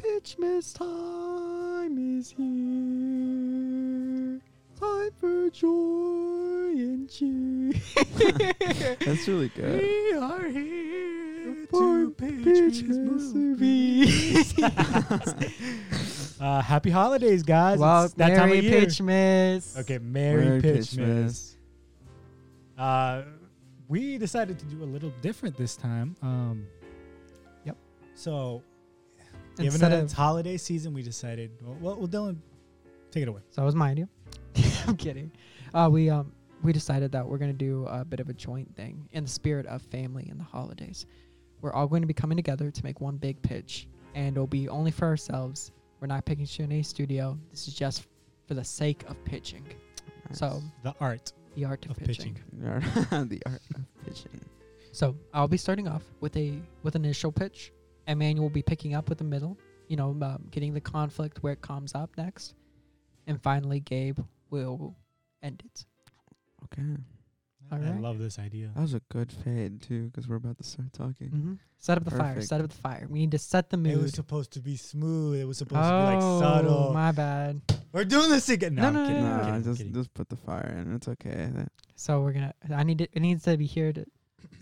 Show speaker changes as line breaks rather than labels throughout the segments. Christmas time is here. Time for joy and cheer.
That's really good.
we are here
For
to pay Christmas
Christmas
movies. uh, happy holidays, guys!
Well,
it's that time of
Merry
year.
Pitchmas.
Okay, Merry, Pitchmas. Uh, we decided to do a little different this time. Um,
Yep.
So, given
Instead
that
of,
it's holiday season, we decided. Well, well, well Dylan, take it away.
so that was my idea. I'm kidding. Uh, we um we decided that we're gonna do a bit of a joint thing in the spirit of family and the holidays. We're all going to be coming together to make one big pitch, and it'll be only for ourselves. We're not picking shit in any studio. This is just for the sake of pitching. So
The art.
the art of,
Of pitching.
pitching.
The art, the art of pitching.
So I'll be starting off with a with an initial pitch. Emmanuel will be picking up with the middle. You know, um, getting the conflict where it comes up next, and finally Gabe will end it.
Okay.
All
I
right. Oh,
love this idea.
That was a good fade, too, because we're about to start talking.
Mm-hmm. Set up the fire.
Perfect.
Set up the fire. We need to set the mood.
It was supposed to be smooth. It was supposed
oh,
to be like subtle.
my bad.
We're doing this again. No, I'm
No, no,
kidding,
no,
I'm
no,
kidding,
Nah,
I'm
just
kidding.
just put the fire in. It's okay. That-
So we're gonna. I need to, It needs to be here to.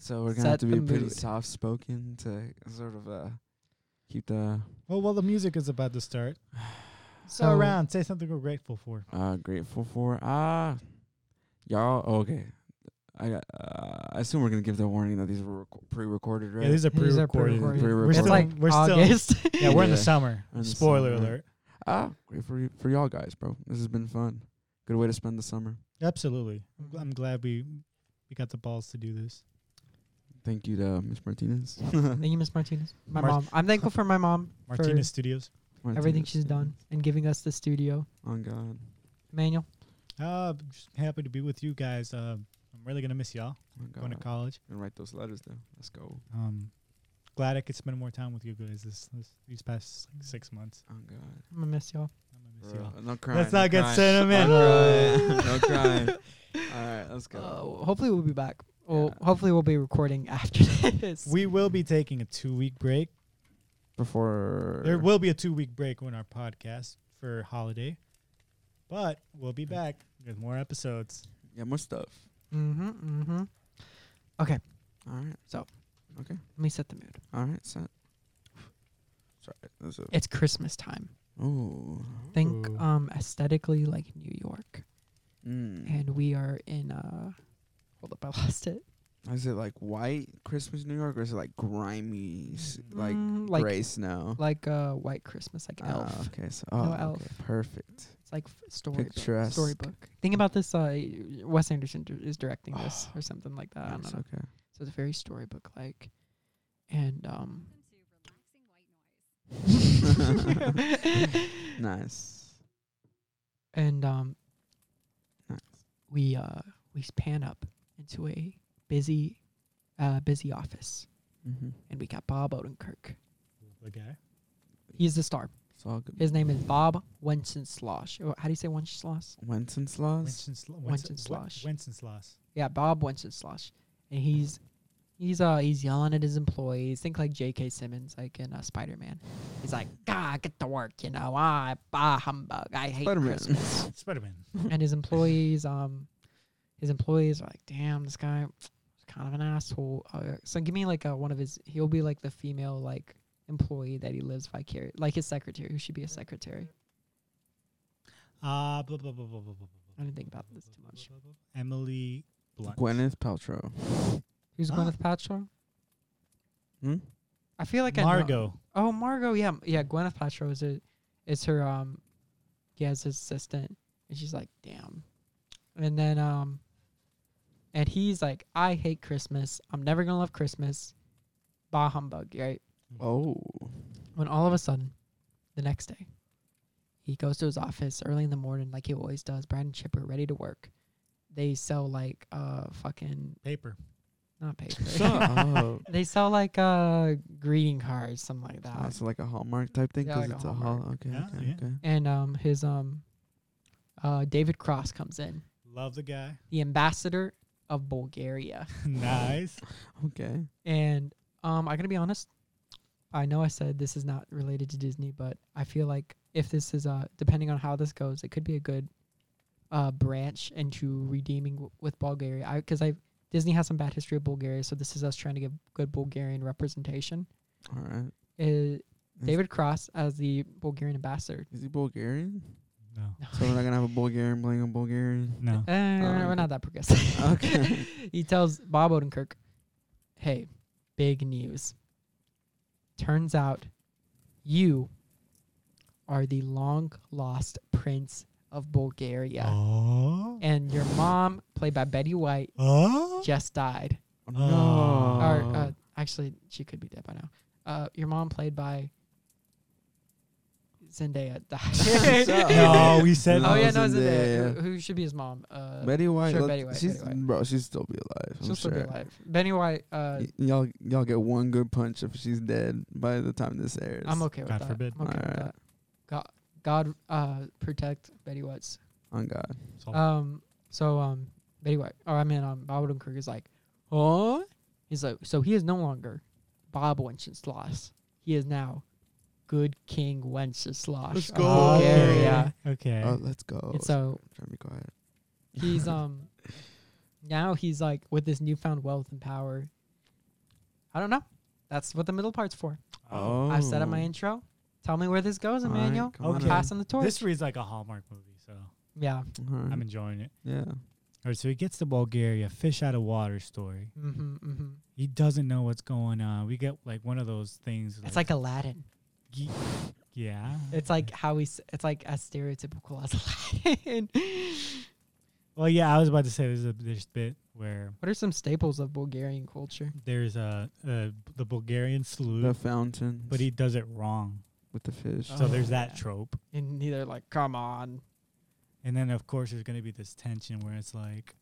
So we're gonna
Set
have to
the
be pretty
mood.
soft spoken to sort of uh keep the
Well, well, the music is about to start. So,
So-
around, say something we're grateful for.
uh grateful for ah y'all okay. I got, uh, I assume we're gonna give the warning that these were rec- pre-recorded, right?
Yeah, these are
These are
pre-recorded.
pre-recorded.
We're
It's
still.
like
we're still.
August.
Yeah, we're in the
Yeah.
summer.
We're in the
Spoiler
summer.
alert.
ah, great for you, for y'all guys, bro. This has been fun. Good way to spend the summer.
Absolutely. I'm gl- I'm glad we we got the balls to do this.
Thank you to uh, Miss Martinez.
Thank you, Miss Martinez. My
Mar-
mom. I'm thankful for my mom
Martinez Studios.
for everything
Martinez.
she's done and giving us the studio.
On Oh, God.
Emmanuel.
Uh, I'm just happy to be with you guys. Uh, I'm really gonna miss y'all.
On God.
Going to college.
and write those letters down. Let's go.
Um, glad I could spend more time with you guys this, this these past like six months.
On God.
I'm gonna miss y'all.
I'm gonna miss
Bro,
y'all.
No crying.
Oh, Let's
no
not get
crying.
sentimental.
No crying. no crying. All right, let's go.
Uh, hopefully we'll be back. Well,
Yeah.
hopefully we'll be recording after this.
We will be taking a two week break.
Before
There will be a two week break on our podcast for holiday, but we'll be back with more episodes.
yeah, more stuff.
mm-hmm. Mm-hmm. Let
All right,
me set the mood.
all right, set. Sorry, that's a,
It's Christmas time.
ooh,
Think
Ooh.
um aesthetically like New York,
mm.
and we are in uh. Hold up, I lost it.
is it like white Christmas New York or is it like grimy, s- like
Mm, like
gray snow?
like uh white Christmas, like
Ah,
elf.
okay, so oh, okay,
elf.
perfect.
It's like f- storybook.
Picturesque.
Storybook. Think about this. Uh, Wes Anderson dir- is directing this or something like that. I don't
Nice,
know.
okay.
So it's very storybook like, and um.
Nice.
and um
Nice.
we uh we pan up into a busy uh busy office
Mm-hmm.
and we got Bob Odenkirk.
The guy.
He's the star.
It's all good.
His name is Bob Wenceslas. Or How do you say Wenceslas?
Wenceslaus.
Wencesla-
Wenceslaus.
Wences- Wenceslaus.
Yeah, Bob Wenceslas. And he's he's uh he's yelling at his employees. Think like J.K. Simmons, like in uh, Spider Man. He's like, God, get to work, you know. I bah humbug. I hate
Spider-Man.
Christmas.
Spider Man.
and his employees, um, his employees are like, damn, this guy is kind of an asshole. Uh, so give me like uh one of his. He'll be like the female like employee that he lives vicarious, like his secretary, who should be a secretary.
Uh, blah, blah, blah, blah, blah, blah, blah,
I
blah,
didn't think
blah,
about
blah,
this too
blah,
much.
blah, blah, blah. Emily Blunt.
Gwyneth Paltrow.
Who's
Ah.
Gwyneth Paltrow?
Hmm?
I feel like I know.
Margot.
Oh, Margot. Yeah, m- yeah. Gwyneth Paltrow is a, is her um, yeah, his assistant, and she's like, damn, and then um, and he's like, I hate Christmas. I'm never gonna love Christmas. Bah humbug, right?
Oh,
when all of a sudden, the next day, he goes to his office early in the morning, like he always does. Brad and Chip are ready to work. They sell like uh fucking
Paper.
not
shut
paper.
up.
they sell like uh greeting cards, something like that.
Oh, so like a Hallmark type thing
Yeah,
because
like a
it's a,
Hallmark.
hall. Okay,
Yeah,
okay,
yeah.
okay.
And um his um uh David Cross comes in,
Love the guy.
the ambassador of Bulgaria.
nice.
Okay.
And um, I'm gonna be honest, I know I said this is not related to Disney, but I feel like if this is uh depending on how this goes, it could be a good uh branch into redeeming w- with Bulgaria. I because I Disney has some bad history of Bulgaria, so this is us trying to give good Bulgarian representation.
All right.
Uh, David Cross as the Bulgarian ambassador.
Is he Bulgarian?
No.
So we're not gonna have a Bulgarian playing a Bulgarian.
No.
Uh, we're
Oh, okay.
not that progressive.
Okay.
he tells Bob Odenkirk, "Hey, big news. Turns out you are the long lost prince of Bulgaria,
Oh.
and your mom, played by Betty White,
Oh.
just died.
Uh,
no.
Or
Oh.
uh, actually, she could be dead by now. Uh, your mom, played by Zendaya, died.
No, we said-
Oh yeah,
That
Zendaya.
no, Zendaya. Who, who should be his mom? Uh,
Betty White.
Sure,
let-
Betty White,
She's,
Betty White.
Bro, she'll still be alive. I'm
she'll still be
sure.
alive. Betty White. Uh,
Y- y'all, y'all get one good punch if she's dead by the time this airs.
I'm okay with
God
that.
forbid.
I'm okay with
Alright.
that. God, God uh, protect Betty White's.
On God.
So-
Um, so um, Betty White, or I mean, um, Bob Odenkirk is like, huh? He's like, so he is no longer Bob Wenceslas. He is now Good King Wenceslas.
Let's
of
go.
Bulgaria.
Oh, Okay.
Oh, let's go.
And so
Try to be quiet.
he's um, now he's like with this newfound wealth and power. I don't know. That's what the middle part's for.
Oh.
I've said in my intro. Tell me where this goes,
All right,
Emmanuel.
come on
Okay.
up.
Pass on the torch.
This reads like a Hallmark movie, so
yeah.
All right.
I'm enjoying it.
yeah.
All right, so he gets to Bulgaria, fish out of water story.
Mm-hmm, mm-hmm.
He doesn't know what's going on. We get like one of those things.
It's like Aladdin.
ye- yeah.
It's like how we. s- It's like as stereotypical as Aladdin.
Well, yeah. I was about to say there's a there's bit where
what are some staples of Bulgarian culture?
there's a, a the Bulgarian
The
salute,
fountain.
but he does it wrong.
with the fish.
So there's
Oh,
that
yeah.
trope.
And neither like, come on.
And then of course there's gonna be this tension where it's like,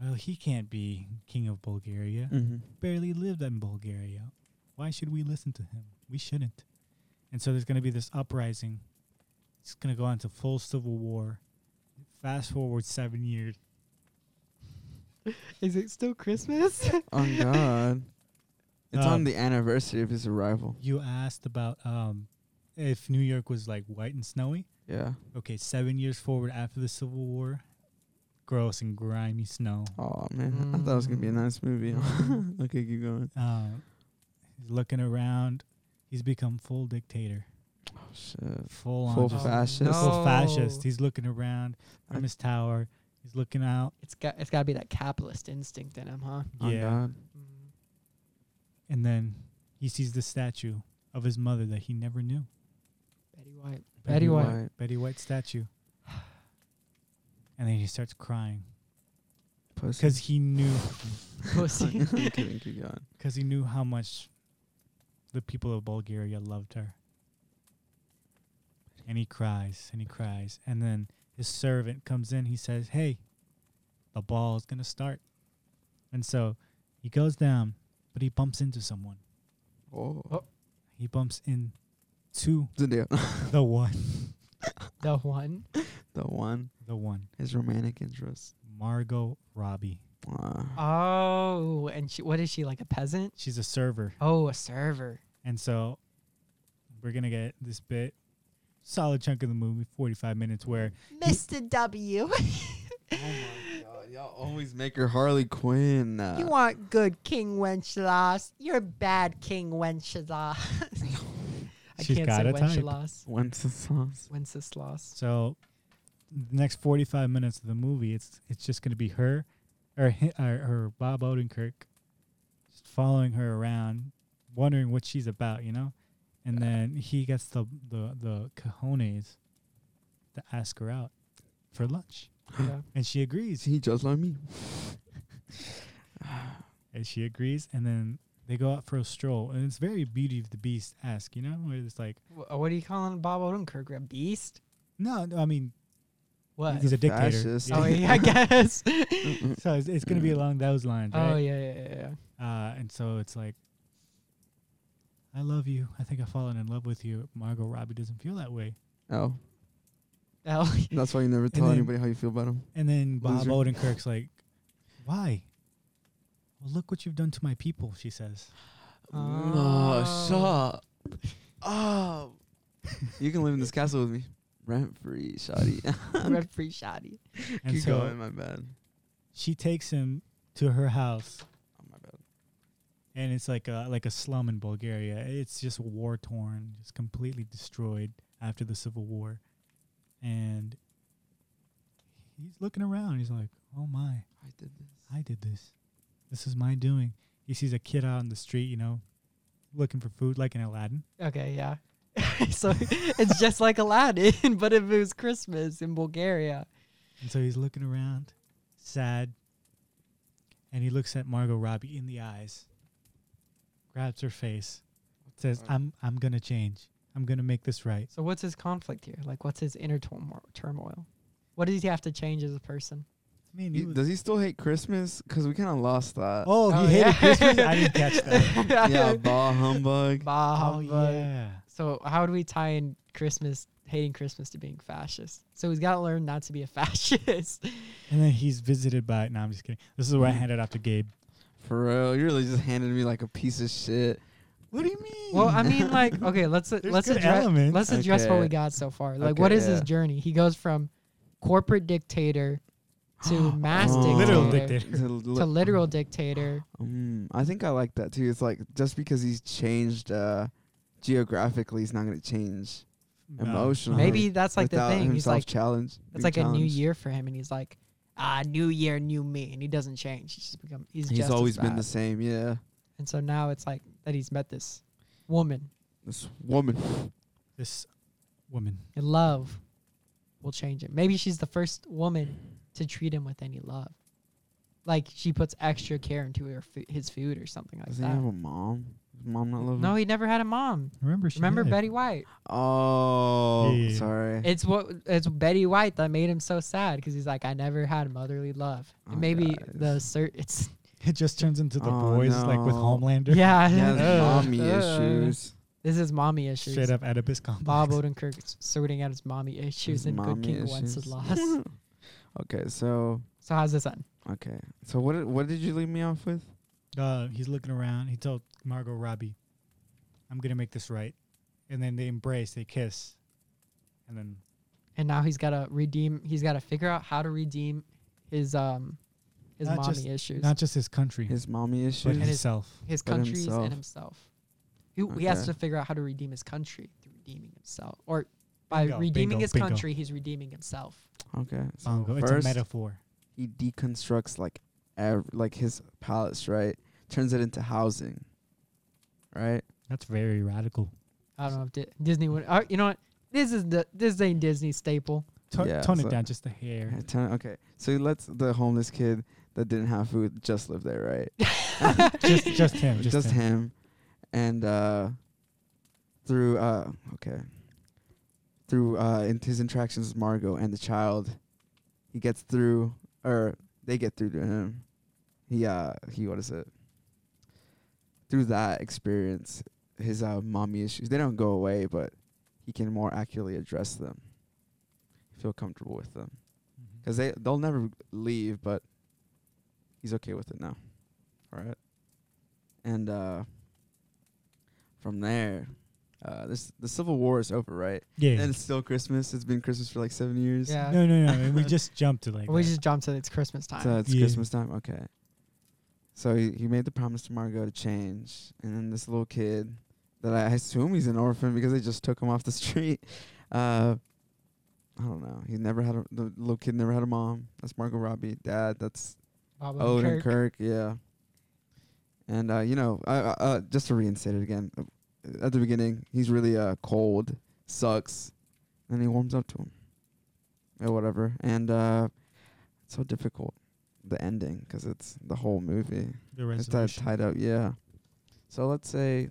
well, he can't be king of Bulgaria.
Mm-hmm.
barely lived in Bulgaria. Why should we listen to him? We shouldn't. And so there's going to be this uprising. It's going to go into full civil war. Fast forward seven years.
Is it still Christmas?
On Oh, God. It's on
Um,
the anniversary of his arrival.
You asked about um, if New York was like white and snowy.
Yeah.
Okay, seven years forward after the Civil War, gross and grimy snow.
Oh man, I thought it was gonna be a
Mm.
nice movie. okay, keep going.
Uh, he's looking around. He's become full dictator,
Oh shit.
full on,
Full
just
fascist.
full
no.
fascist. He's looking around
I-
from his tower. He's looking out.
It's got. It's got to be that capitalist instinct in him, huh?
On God.
Mm.
And then he sees the statue of his mother that he never knew.
Betty White.
Betty
Betty White.
White.
Betty White statue. And then he starts crying
Pussy.
because he knew
Pussy.
I'm kidding. Keep going.
because he knew how much the people of Bulgaria loved her. And he cries and he cries. And then his servant comes in. He says, "Hey, the ball is gonna start." And so he goes down, but he bumps into someone.
Oh.
Oh.
He bumps into
The deal.
the one,
the one.
the one.
the one,
His romantic interest.
Margot Robbie.
Wow.
Oh, and she, what is she like? A peasant?
She's a server.
Oh, a server.
And so we're going to get this bit, solid chunk of the movie, 45 minutes, where
Mr. W.
oh my god. Y'all always make her Harley Quinn. Uh,
You aren't good King Wenceslas. You're bad King Wenceslas. I
She's
can't
got
say
a type.
Wenceslas.
When's the sauce?
Wenceslas.
so the next 45 minutes of the movie, it's it's just going to be her or, hi- or, or Bob Odenkirk just following her around, wondering what she's about, you know? And then he gets the, the, the cojones to ask her out for lunch.
Yeah.
And she agrees.
Is he just like me?
and she agrees and then they go out for a stroll and it's very beauty of the beast esque you know where it's like
Wh- What are you calling Bob Odenkirk? A beast?
no, no i mean
What?
he's a
a
dictator
fascist. Mm.
Oh, yeah, I guess.
so it's, it's gonna be along those lines
Oh, yeah,
right
yeah, yeah, yeah.
uh, and so it's like i love you i think i've fallen in love with you margot robbie doesn't feel that way
Oh,
Oh,
that's why you never tell
then-
anybody how you feel about him.
and then bob
Loser.
odenkirk's like why well look what you've done to my people she says
No, shut up. you can live in this castle with me. Rent free, shoddy.
Red free shoddy.
And
Keep
so
going, my bad.
she takes him to her house,
Oh, my bad.
and it's like a like a slum in Bulgaria. It's just war torn, just completely destroyed after the civil war, and he's looking around. He's like, "Oh my,
I did this.
I did this. This is my doing." He sees a kid out on the street, you know, looking for food, like in Aladdin.
Okay, yeah. so it's just like Aladdin, but if it was Christmas in Bulgaria.
And so he's looking around, sad, and he looks at Margot Robbie in the eyes, grabs her face, says,
fuck?
"I'm I'm gonna change. I'm gonna make this right."
So what's his conflict here? Like, what's his inner turmoil? turmoil? What does he have to change as a person?
I mean, he
He,
was-
does he still hate Christmas? Because we kind of lost that.
oh, he
Oh,
hated
yeah.
Christmas. I didn't catch that.
Yeah, bah humbug.
Bah,
oh
humbug.
yeah,
So how do we tie in Christmas, hating Christmas, to being fascist? So he's got to learn not to be a fascist.
and then he's visited by. No, I'm just kidding. This is where I
Mm.
handed off to Gabe.
For real, you really just handed me like a piece of shit. What do you mean?
well, I mean, like, okay, let's uh,
There's
let's
good
address
elements.
let's address what we
Okay.
got so far. Like,
Okay,
what is his
yeah.
journey? He goes from corporate dictator to mass
Oh.
dictator,
Literal dictator.
To li-
to literal dictator.
Mm, I think I like that too. It's like just because he's changed uh, geographically, he's not going to change.
No.
Emotional.
Maybe that's like the
Uh-huh. without
thing. He's
himself
like,
challenge.
it's
being
like a new
challenged.
year for him, and he's like, ah, new year, new me, and he doesn't change. He's just become. He's,
He's
just
always
as
been
bad.
the same. Yeah,
And so now it's like that he's met this woman
this woman.
This woman.
and love will change him. Maybe she's the first woman to treat him with any love. Like she puts extra care into her fo- his food or something like
Does he
that.
have a mom? Does mom not love
No,
him?
he never had a mom.
Remember she
Remember
did.
Betty White?
Oh,
Yeah.
sorry.
It's what it's Betty White that made him so sad because he's like, I never had motherly love.
Oh,
And maybe the
guys.
cert. It's
It just turns into the
Oh,
boys, like with
no.
Homelander.
yeah.
he has
Uh,
mommy
uh,
issues.
This is mommy issues.
Straight up Oedipus complex.
Bob Odenkirk s- sorting out his mommy issues
His
and Good
mommy
King
issues.
Wenceslas.
Okay, so
so how's this end?
okay, so what did, what did you leave me off with?
Uh, he's looking around. He told Margot Robbie, "I'm gonna make this right," and then they embrace, they kiss, and then
and now he's got to redeem. He's got to figure out how to redeem his um his
Not
mommy
just-
issues,
not just his country,
His mommy
but
issues.
And his-
himself.
his
but
countries
himself.
and himself. He, he has
Okay.
to figure out how to redeem his country through redeeming himself, or by
Bingo,
redeeming
bingo,
his
bingo.
country, he's redeeming himself.
okay, so
Bongo. Oh, It's a
first
metaphor.
he deconstructs like ev- like his palace, right? Turns it into housing, right?
That's very radical.
I don't know if Di- Disney would. Uh, you know what? This is the this is a Disney staple.
To-
Yeah,
tone
so-
it down just a hair.
Yeah, turn- okay, so he lets the homeless kid that didn't have food just live there, right?
just, just him.
just,
Just, him.
him. and uh through uh okay through uh in his interactions with margot and the child he gets through or they get through to him he uh he what is it through that experience his uh mommy issues they don't go away but he can more accurately address them feel comfortable with them
Mhm.
because they they'll never leave, but he's okay with it now. All right, and uh, from there, uh, this the Civil War is over, right?
Yeah.
And it's still Christmas. It's been Christmas for like seven years.
Yeah.
No, no, no. we just jumped to like.
we
that.
just jumped to it's Christmas time.
So it's
Yeah.
Christmas time. Okay. So he, he made the promise to Margot to change, and then this little kid that I assume he's an orphan because they just took him off the street. Uh, I don't know. He never had a the little kid never had a mom. That's Margot Robbie. Dad. That's
Bob
Odin
Odenkirk.
Kirk, yeah. And uh, you know, I, I- uh, just to reinstate it again, uh, at the beginning he's really uh, cold, sucks, and he warms up to him, or whatever. And uh, it's so difficult, the ending, because it's the whole movie.
the
It's tied,
resolution.
tied up, yeah. So let's say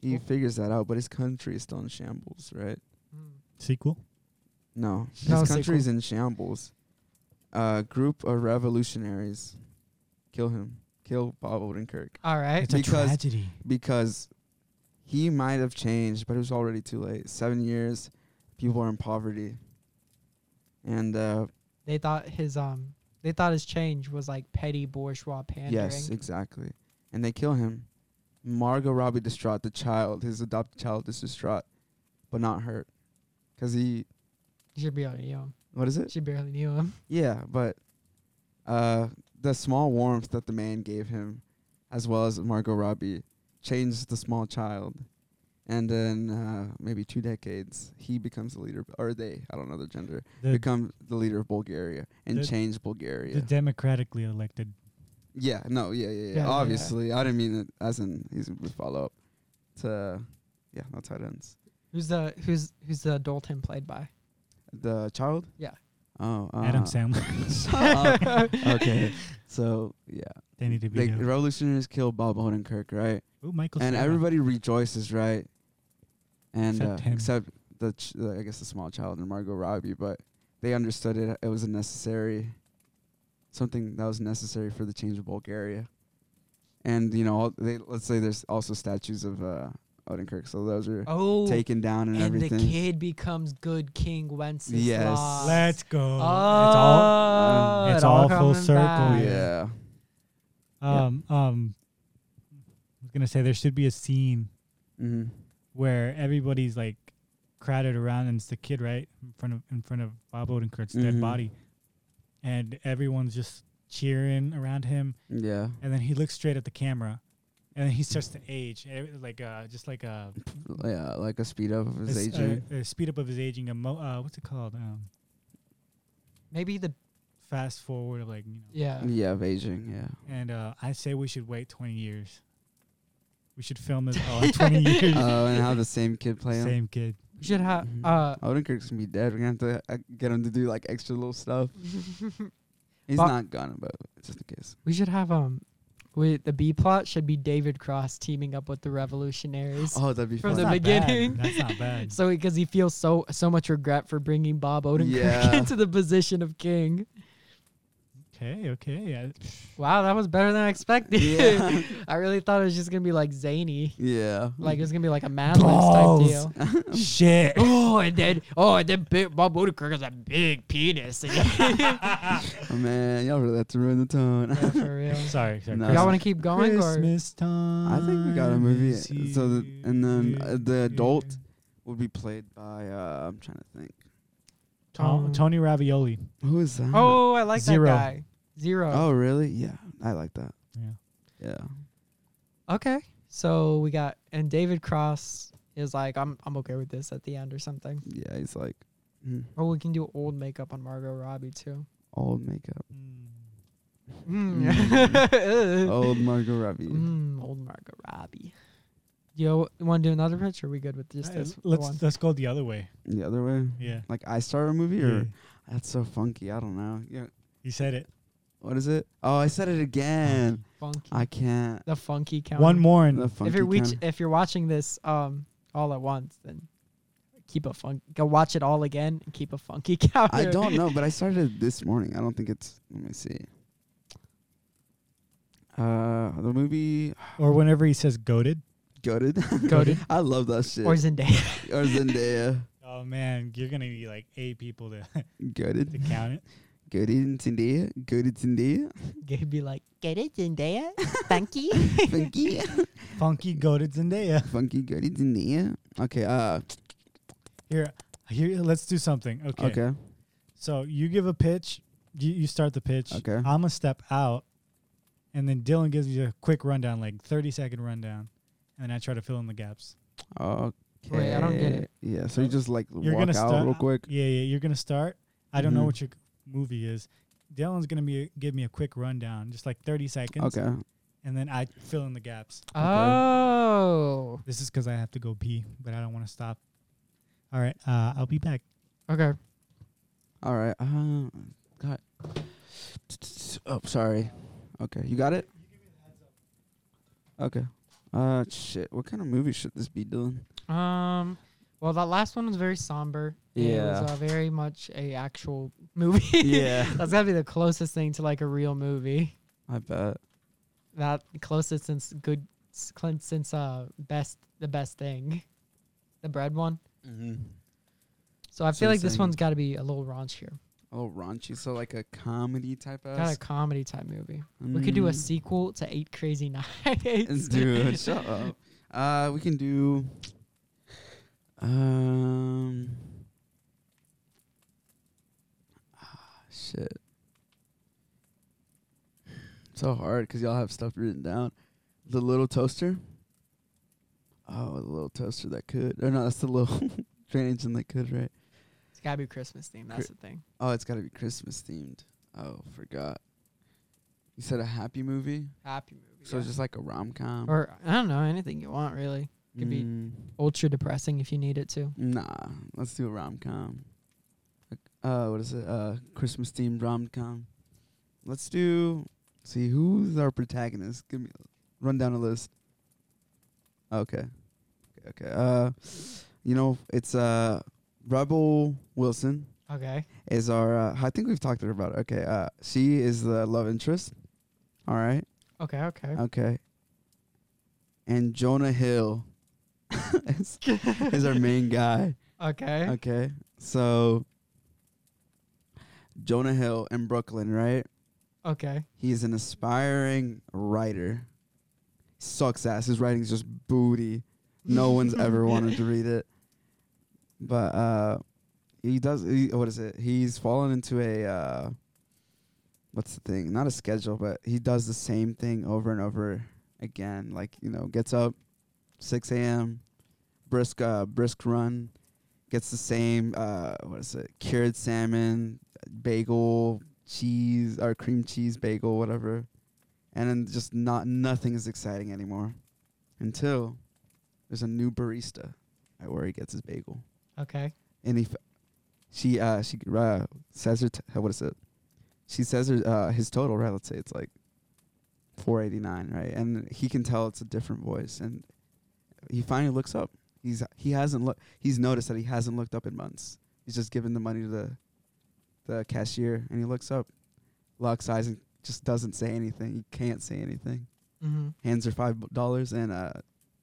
he
Cool.
figures that out, but his country is still in shambles, right?
Mm.
Sequel.
No,
No,
his
it's
country's in shambles. A group of revolutionaries kill him, kill Bob Odenkirk
All right.
It's a
Because-
tragedy.
because he might have changed, but it was already too late. Seven years, people are in poverty, and uh,
They thought his um they thought his change was like petty bourgeois pandering.
yes, exactly, and they kill him, Margot Robbie distraught. The child, his adopted child, is distraught, but not hurt, cause he.
She barely knew him.
What is it?
She barely knew him.
Yeah, but uh, the small warmth that the man gave him, as well as Margot Robbie, changed the small child. And then uh, maybe two decades, he becomes the leader, or they, I don't know their gender,
The,
become the leader of Bulgaria and
The-
change Bulgaria.
the democratically elected.
yeah, no, yeah, yeah, yeah.
Yeah, yeah,
Obviously, I didn't mean it as in he's a follow up to, yeah, that's how it ends.
Who's the who's who's the Dalton played by?
The child?
Yeah.
Oh, uh,
Adam Sandler,
shut up. okay. So, yeah.
Danny
The
DeVito.
revolutionaries kill Bob Odenkirk, right?
Ooh, Michael.
and
Cera.
everybody rejoices, right? And
Except
uh,
him.
except the, ch- the I guess the small child and Margot Robbie, but they understood it. It was a necessary, something that was necessary for the change of Bulgaria. And you know, all they let's say there's also statues of uh, Odenkirk, so those are
Oh,
taken down and,
and
everything.
the kid becomes good King Wenceslas.
Yes.
Let's go.
Oh,
It's all.
um,
it's
it
all full
coming
circle.
back.
Oh, yeah, Yeah.
Um. Um. I was gonna say there should be a scene
hmm
where everybody's like crowded around and it's the kid right in front of in front of Bob Odenkirk's
Mhm.
dead body, and everyone's just cheering around him,
yeah.
and then he looks straight at the camera, and then he starts to age, eh, like uh, just like a,
Yeah, like a speed up of his
a s-
aging.
a- a speed up of his aging, a mo- uh, what's it called? Um,
Maybe the
fast forward of like you know.
yeah.
yeah, of aging. Yeah.
And uh, I say we should wait twenty years. We should film it all in twenty years.
Oh, and how the same kid play him.
Same kid.
We should have
Mhm.
uh
Odenkirk's gonna be dead. We're gonna have to uh, get him to do like extra little stuff. He's
Bo-
not gonna, but it's just in case.
we should have um we the B plot should be David Cross teaming up with the revolutionaries.
Oh, that'd be
From
fun.
the
That's not bad.
beginning.
That's not bad.
So because he feels so so much regret for bringing Bob Odenkirk
Yeah.
into the position of king.
Okay, okay. I,
Wow, that was better than I expected.
Yeah.
I really thought it was just gonna be like zany,
yeah.
like it was gonna be like a Mad Libs type deal.
shit.
Oh, and then oh, and then big, Bob Odenkirk has a big penis. yeah,
Oh, man, y'all really have to ruin the tone.
for real.
Sorry, sorry.
No.
Chris-
Y'all want to keep going or
Christmas time.
I think we got a movie.
is
So the- and then, uh, the
here.
adult- Will be played by uh, I'm trying to think.
Tom,
Um,
Tony Ravioli.
Who is that?
Oh, I like
Zero.
that guy. Zero.
Oh, really? Yeah, I like that.
Yeah.
Yeah.
Okay. So we got and David Cross is like, I'm I'm okay with this at the end or something.
Yeah. He's like mm,
Or we can do old makeup on Margot Robbie too.
old makeup,
Hmm. Mm.
old Margot Robbie.
Mm, old Margot Robbie. Yo, want to do another pitch? Or are we good with just
Uh,
this
let's
one?
let's go the other way.
The other way,
Yeah.
like I star a movie,
Yeah.
or that's so funky. I don't know. Yeah.
You said it.
What is it? Oh, I said it again.
Funky.
I can't.
the funky count.
One more and
The funky
If you're reach,
kind.
if you're watching this um all at once, then keep a funk. Go watch it all again and keep a funky count.
I don't know, but I started it this morning. I don't think it's. Let me see. Uh, the movie
or whenever he says goaded.
Goaded.
Goated.
I love that shit.
Or
Or,
Zendaya.
Zendaya.
Oh man, you're gonna be like eight people to, to
Goaded.
count it.
Goaded Zendaya. Goaded Zendaya.
Gabe be like, get it, Zendaya, funky.
Funky.
Funky goaded Zendaya.
Funky Goaded Zendaya. Okay. Uh.
Here, here. Let's do something. Okay.
Okay.
So you give a pitch. You, you start the pitch.
Okay.
I'm gonna step out, and then Dylan gives you a quick rundown, like 30 second rundown, and then I try to fill in the gaps.
Okay.
Wait, I don't get it.
Yeah. So you just like
You're
walk
gonna
out
start
real quick.
Yeah, yeah. You're gonna start. I don't know
Mhm.
what your c- movie is. Dylan's gonna be give me a quick rundown, just like 30 seconds,
Okay.
and then I fill in the gaps.
Oh.
This is because I have to go pee, but I don't want to stop. All right. Uh, I'll be back.
Okay.
All right. Uh, God. Oh, sorry. Okay, you got it. Okay. Uh, shit. What kind of movie should this be, Dylan?
Um. Well, that last one was very somber. and It was
Yeah.
uh, very much a actual movie. That's gotta be the closest thing to like a real movie.
I bet.
That closest since good s- cl- since uh best the best thing, the bread one.
Mm-hmm.
So I
So
feel
you're
like this
saying-
one's got to be a little raunchier.
Oh, raunchy. So like a comedy Mm-hmm. type of.
Kind of comedy type movie. We could do
Mm.
a sequel to Eight Crazy Nights.
Dude, shut up. Uh, we can do. Um. ah, Shit. So hard because y'all have stuff written down. The little toaster. Oh, the little toaster that could. Or no, that's the little train engine that could, right?
It's gotta be Christmas themed. That's the thing.
Oh, it's got to be Christmas themed. Oh, forgot. You said a happy movie,
Happy movie.
so
yeah.
it's just like a rom com.
or I don't know anything you want really. could be-
Mm.
Ultra depressing if you need it to.
Nah, let's do a rom com. Uh, what is it? Uh, Christmas themed rom com. Let's do. See who's our protagonist. Give me run down a list. Okay, okay. okay. Uh, you know it's uh Rebel Wilson
Okay.
is our. Uh, I think we've talked to her about it. Okay. Uh, she is the love interest. All right.
Okay. Okay.
Okay. And Jonah Hill is, is our main guy.
okay.
Okay. So Jonah Hill in Brooklyn, right?
Okay.
He's an aspiring writer. Sucks ass. His writing's just booty. No one's ever wanted to read it. But uh he does he, what is it? He's fallen into a uh what's the thing? Not a schedule, but he does the same thing over and over again. Like, you know, gets up six AM, brisk uh brisk run, gets the same uh what is it? Cured salmon, bagel, cheese or cream cheese bagel, whatever. And then just not nothing is exciting anymore. Until there's a new barista at where he gets his bagel.
Okay.
And he f- she uh she uh, says her t- what is it? She says her uh his total, right? Let's say it's like 489, right? And he can tell it's a different voice and he finally looks up. He's he hasn't looked he's noticed that he hasn't looked up in months. He's just giving the money to the the cashier and he looks up, locks eyes and just doesn't say anything. He can't say anything
Mm-hmm.
hands her five dollars and uh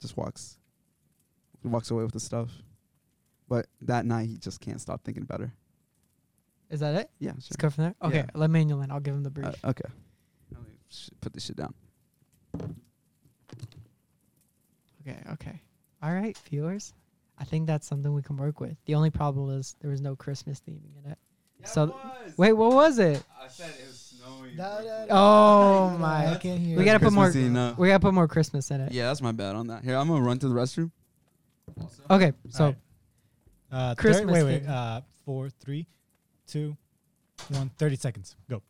just walks walks away with the stuff but that night he just can't stop thinking about her
Is that it?
yeah
Let's
sure.
go from there. Okay.
Yeah.
Let Manuel in. I'll give him the brief.
Uh, okay let me sh- put this shit down
Okay, okay. All right, viewers. I think that's something we can work with. The only problem is there was no Christmas theming in it. So- Wait, what was it?
i said it was snowing
Oh my.
I can't hear.
We gotta put more-
Christmassy enough.
We gotta put more Christmas in it.
yeah that's my bad on that here i'm gonna run to the restroom
Okay, so
Alright. uh, thir-
Christmas
wait, wait.
theme.
Uh, four, three, two, one. Thirty seconds. Go.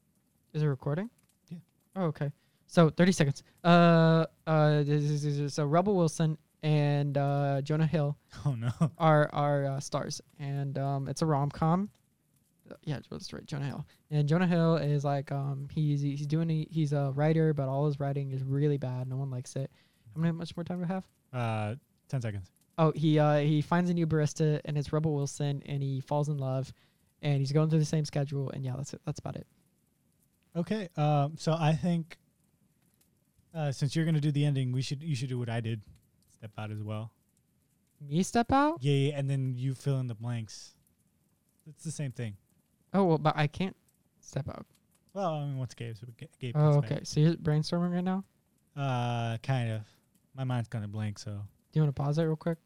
is it recording?
Yeah.
Oh, okay. So 30 seconds. Uh, uh, this is- this is- so Rebel Wilson and uh, Jonah Hill
Oh no.
are are uh, stars, and um, it's a rom com. Yeah, that's right, Jonah Hill. And Jonah Hill is like um, he's he's doing a, he's a writer, but all his writing is really bad. No one likes it. How many much more time do I have?
Uh, ten seconds.
Oh, he uh, he finds a new barista and it's Rebel Wilson, and he falls in love, and he's going through the same schedule, and yeah, that's it. That's about it.
Okay. Um, so I think uh, since you're gonna do the ending, we should you should do what I did. Step out as well.
Me step out?
Yeah, yeah, and then you fill in the blanks. It's the same thing.
Oh well, but I can't step out.
Well, I mean, once Gabe, so Ga- Gabe
Oh,
comes
okay. So you're brainstorming right now.
back. Uh, kind of. My mind's kind of blank, so
Do you want to pause that real quick?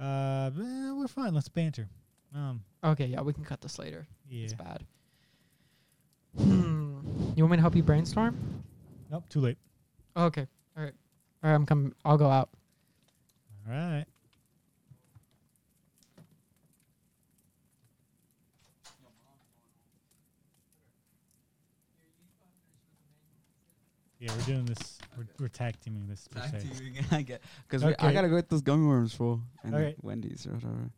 uh, eh, we're fine. Let's banter. Um,
Okay, yeah, we can cut this later.
yeah.
It's bad. Hmm. You want me to help you brainstorm?
Nope. Too late.
Oh, okay. All right. All right. I'm coming. I'll go out.
All right. Yeah, we're doing this. We're, we're tag teaming this per se.
i get because i
Okay.
gotta go get those gummy worms for and
Okay.
wendy's or whatever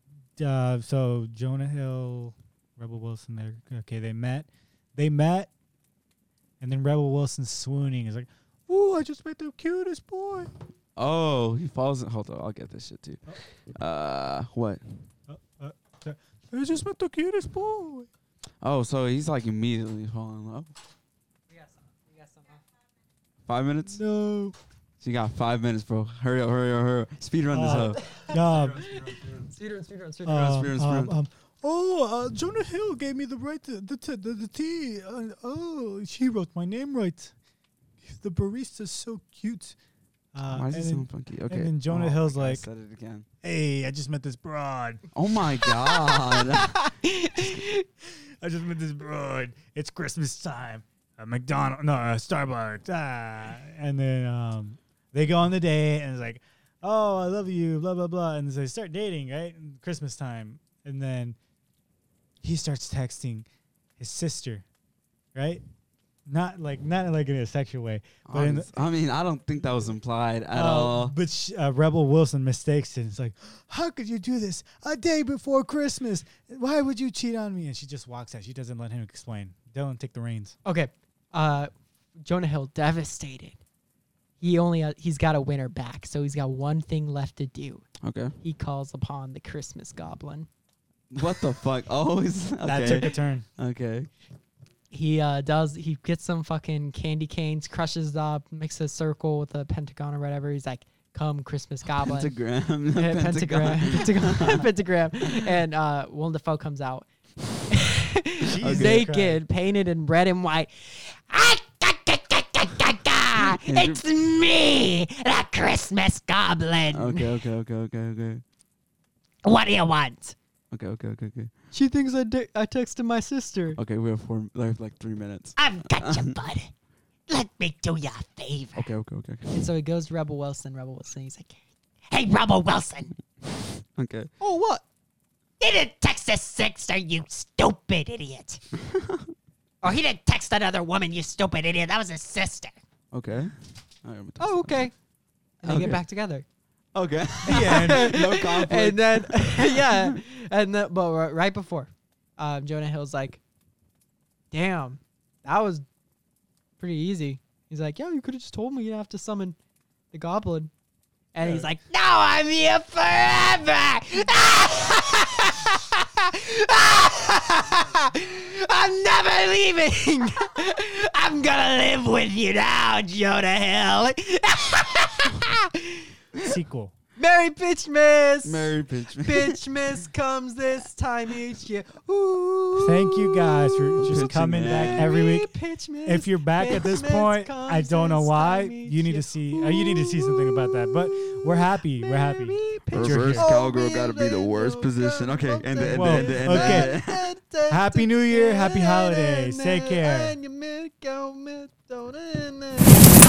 uh, so Jonah Hill, Rebel Wilson, they're okay. They met, they met, and then Rebel Wilson swooning is like, "Ooh, I just met the cutest boy."
oh he falls in hold on i'll get this shit too uh what
Uh, uh, uh, I just met the cutest boy.
oh so he's like immediately falling in love
We got some. We got some.
five minutes
No,
So you got five minutes, bro. Hurry up, hurry up, hurry up. Speed run
Uh,
this up.
um,
Speedrun. Speedrun. Speedrun.
um,
Spear and
um,
spear.
um, Oh, uh, Jonah Hill gave me the right to, the t- the, the tea. Uh, oh, she wrote my name right. The barista's so cute. Uh,
Why does it
and then-
sound funky? Okay.
then Jonah
Oh,
Hill's
I
like-
said it again.
Hey, I just met this broad.
Oh my god.
I just met this broad. It's Christmas time. Uh, McDonald, no, uh, Starbucks. Ah. And then um, they go on the date, and it's like, oh, I love you, blah, blah, blah. And so they start dating, right? And Christmas time. And then he starts texting his sister, right? Not like not like in a sexual way, But in the-
Honest- I mean, I don't think that was implied at
Uh,
all.
But sh- uh, Rebel Wilson mistakes it. It's like, how could you do this a day before Christmas? Why would you cheat on me? And she just walks out. She doesn't let him explain. Dylan, take the reins.
okay, uh, Jonah Hill devastated. He only uh, he's got a winner back, so he's got one thing left to do.
Okay.
He calls upon the Christmas Goblin.
What the fuck? Oh, it's,
That took a
okay.
turn.
Okay.
He uh, does. He gets some fucking candy canes, crushes up, makes a circle with a pentagon or whatever. He's like, "Come, Christmas Goblin."
Pentagram.
Yeah, pentagram, pentagram, pentagram, and uh, Willem Dafoe comes out
Jesus
naked, painted in red and white. it's me, the Christmas Goblin.
Okay, okay, okay, okay, okay.
What do you want?
Okay, okay, okay, okay.
She thinks I, di- I texted my sister.
Okay, we have four, like, like three minutes.
I've got you, bud. Let me do you a favor.
Okay, okay, okay.
And so he goes to Rebel Wilson. Rebel Wilson, he's like,
Hey, Robert Wilson.
Okay.
"Oh, what?
He didn't text a sixer, you stupid idiot. or he didn't text another woman, you stupid idiot. That was his sister.
Okay. All right, I'm gonna
Oh,
test
okay." And they
Okay.
get back together.
that. Okay.
Yeah.
no conflict.
and then yeah, and then but ri- right before, um, Jonah Hill's like, "Damn, that was pretty easy." He's like, "Yeah, you could have just told me you have to summon the goblin," and he's like,
Now I'm here forever. I'm never leaving. I'm gonna live with you now, Jonah Hill.
Christ. Sequel.
"Merry Pitchmas,
Merry Pitchman.
Pitchmas comes this time each year." Ooh,
Thank you guys for just
Pitching
coming
it.
back every
Merry
week.
Pitchmas,
If you're back at this
Pitchmas
point, I
comes
don't know
this
why.
time each
You need
year.
to see. Uh, you need to see something about that. But we're happy. We're happy.
Merry
Reverse You're
Reverse
here.
cowgirl gotta be the worst position. Okay, and the end,
Whoa,
end, end,
okay. Happy New Year, happy holidays, take care.
care.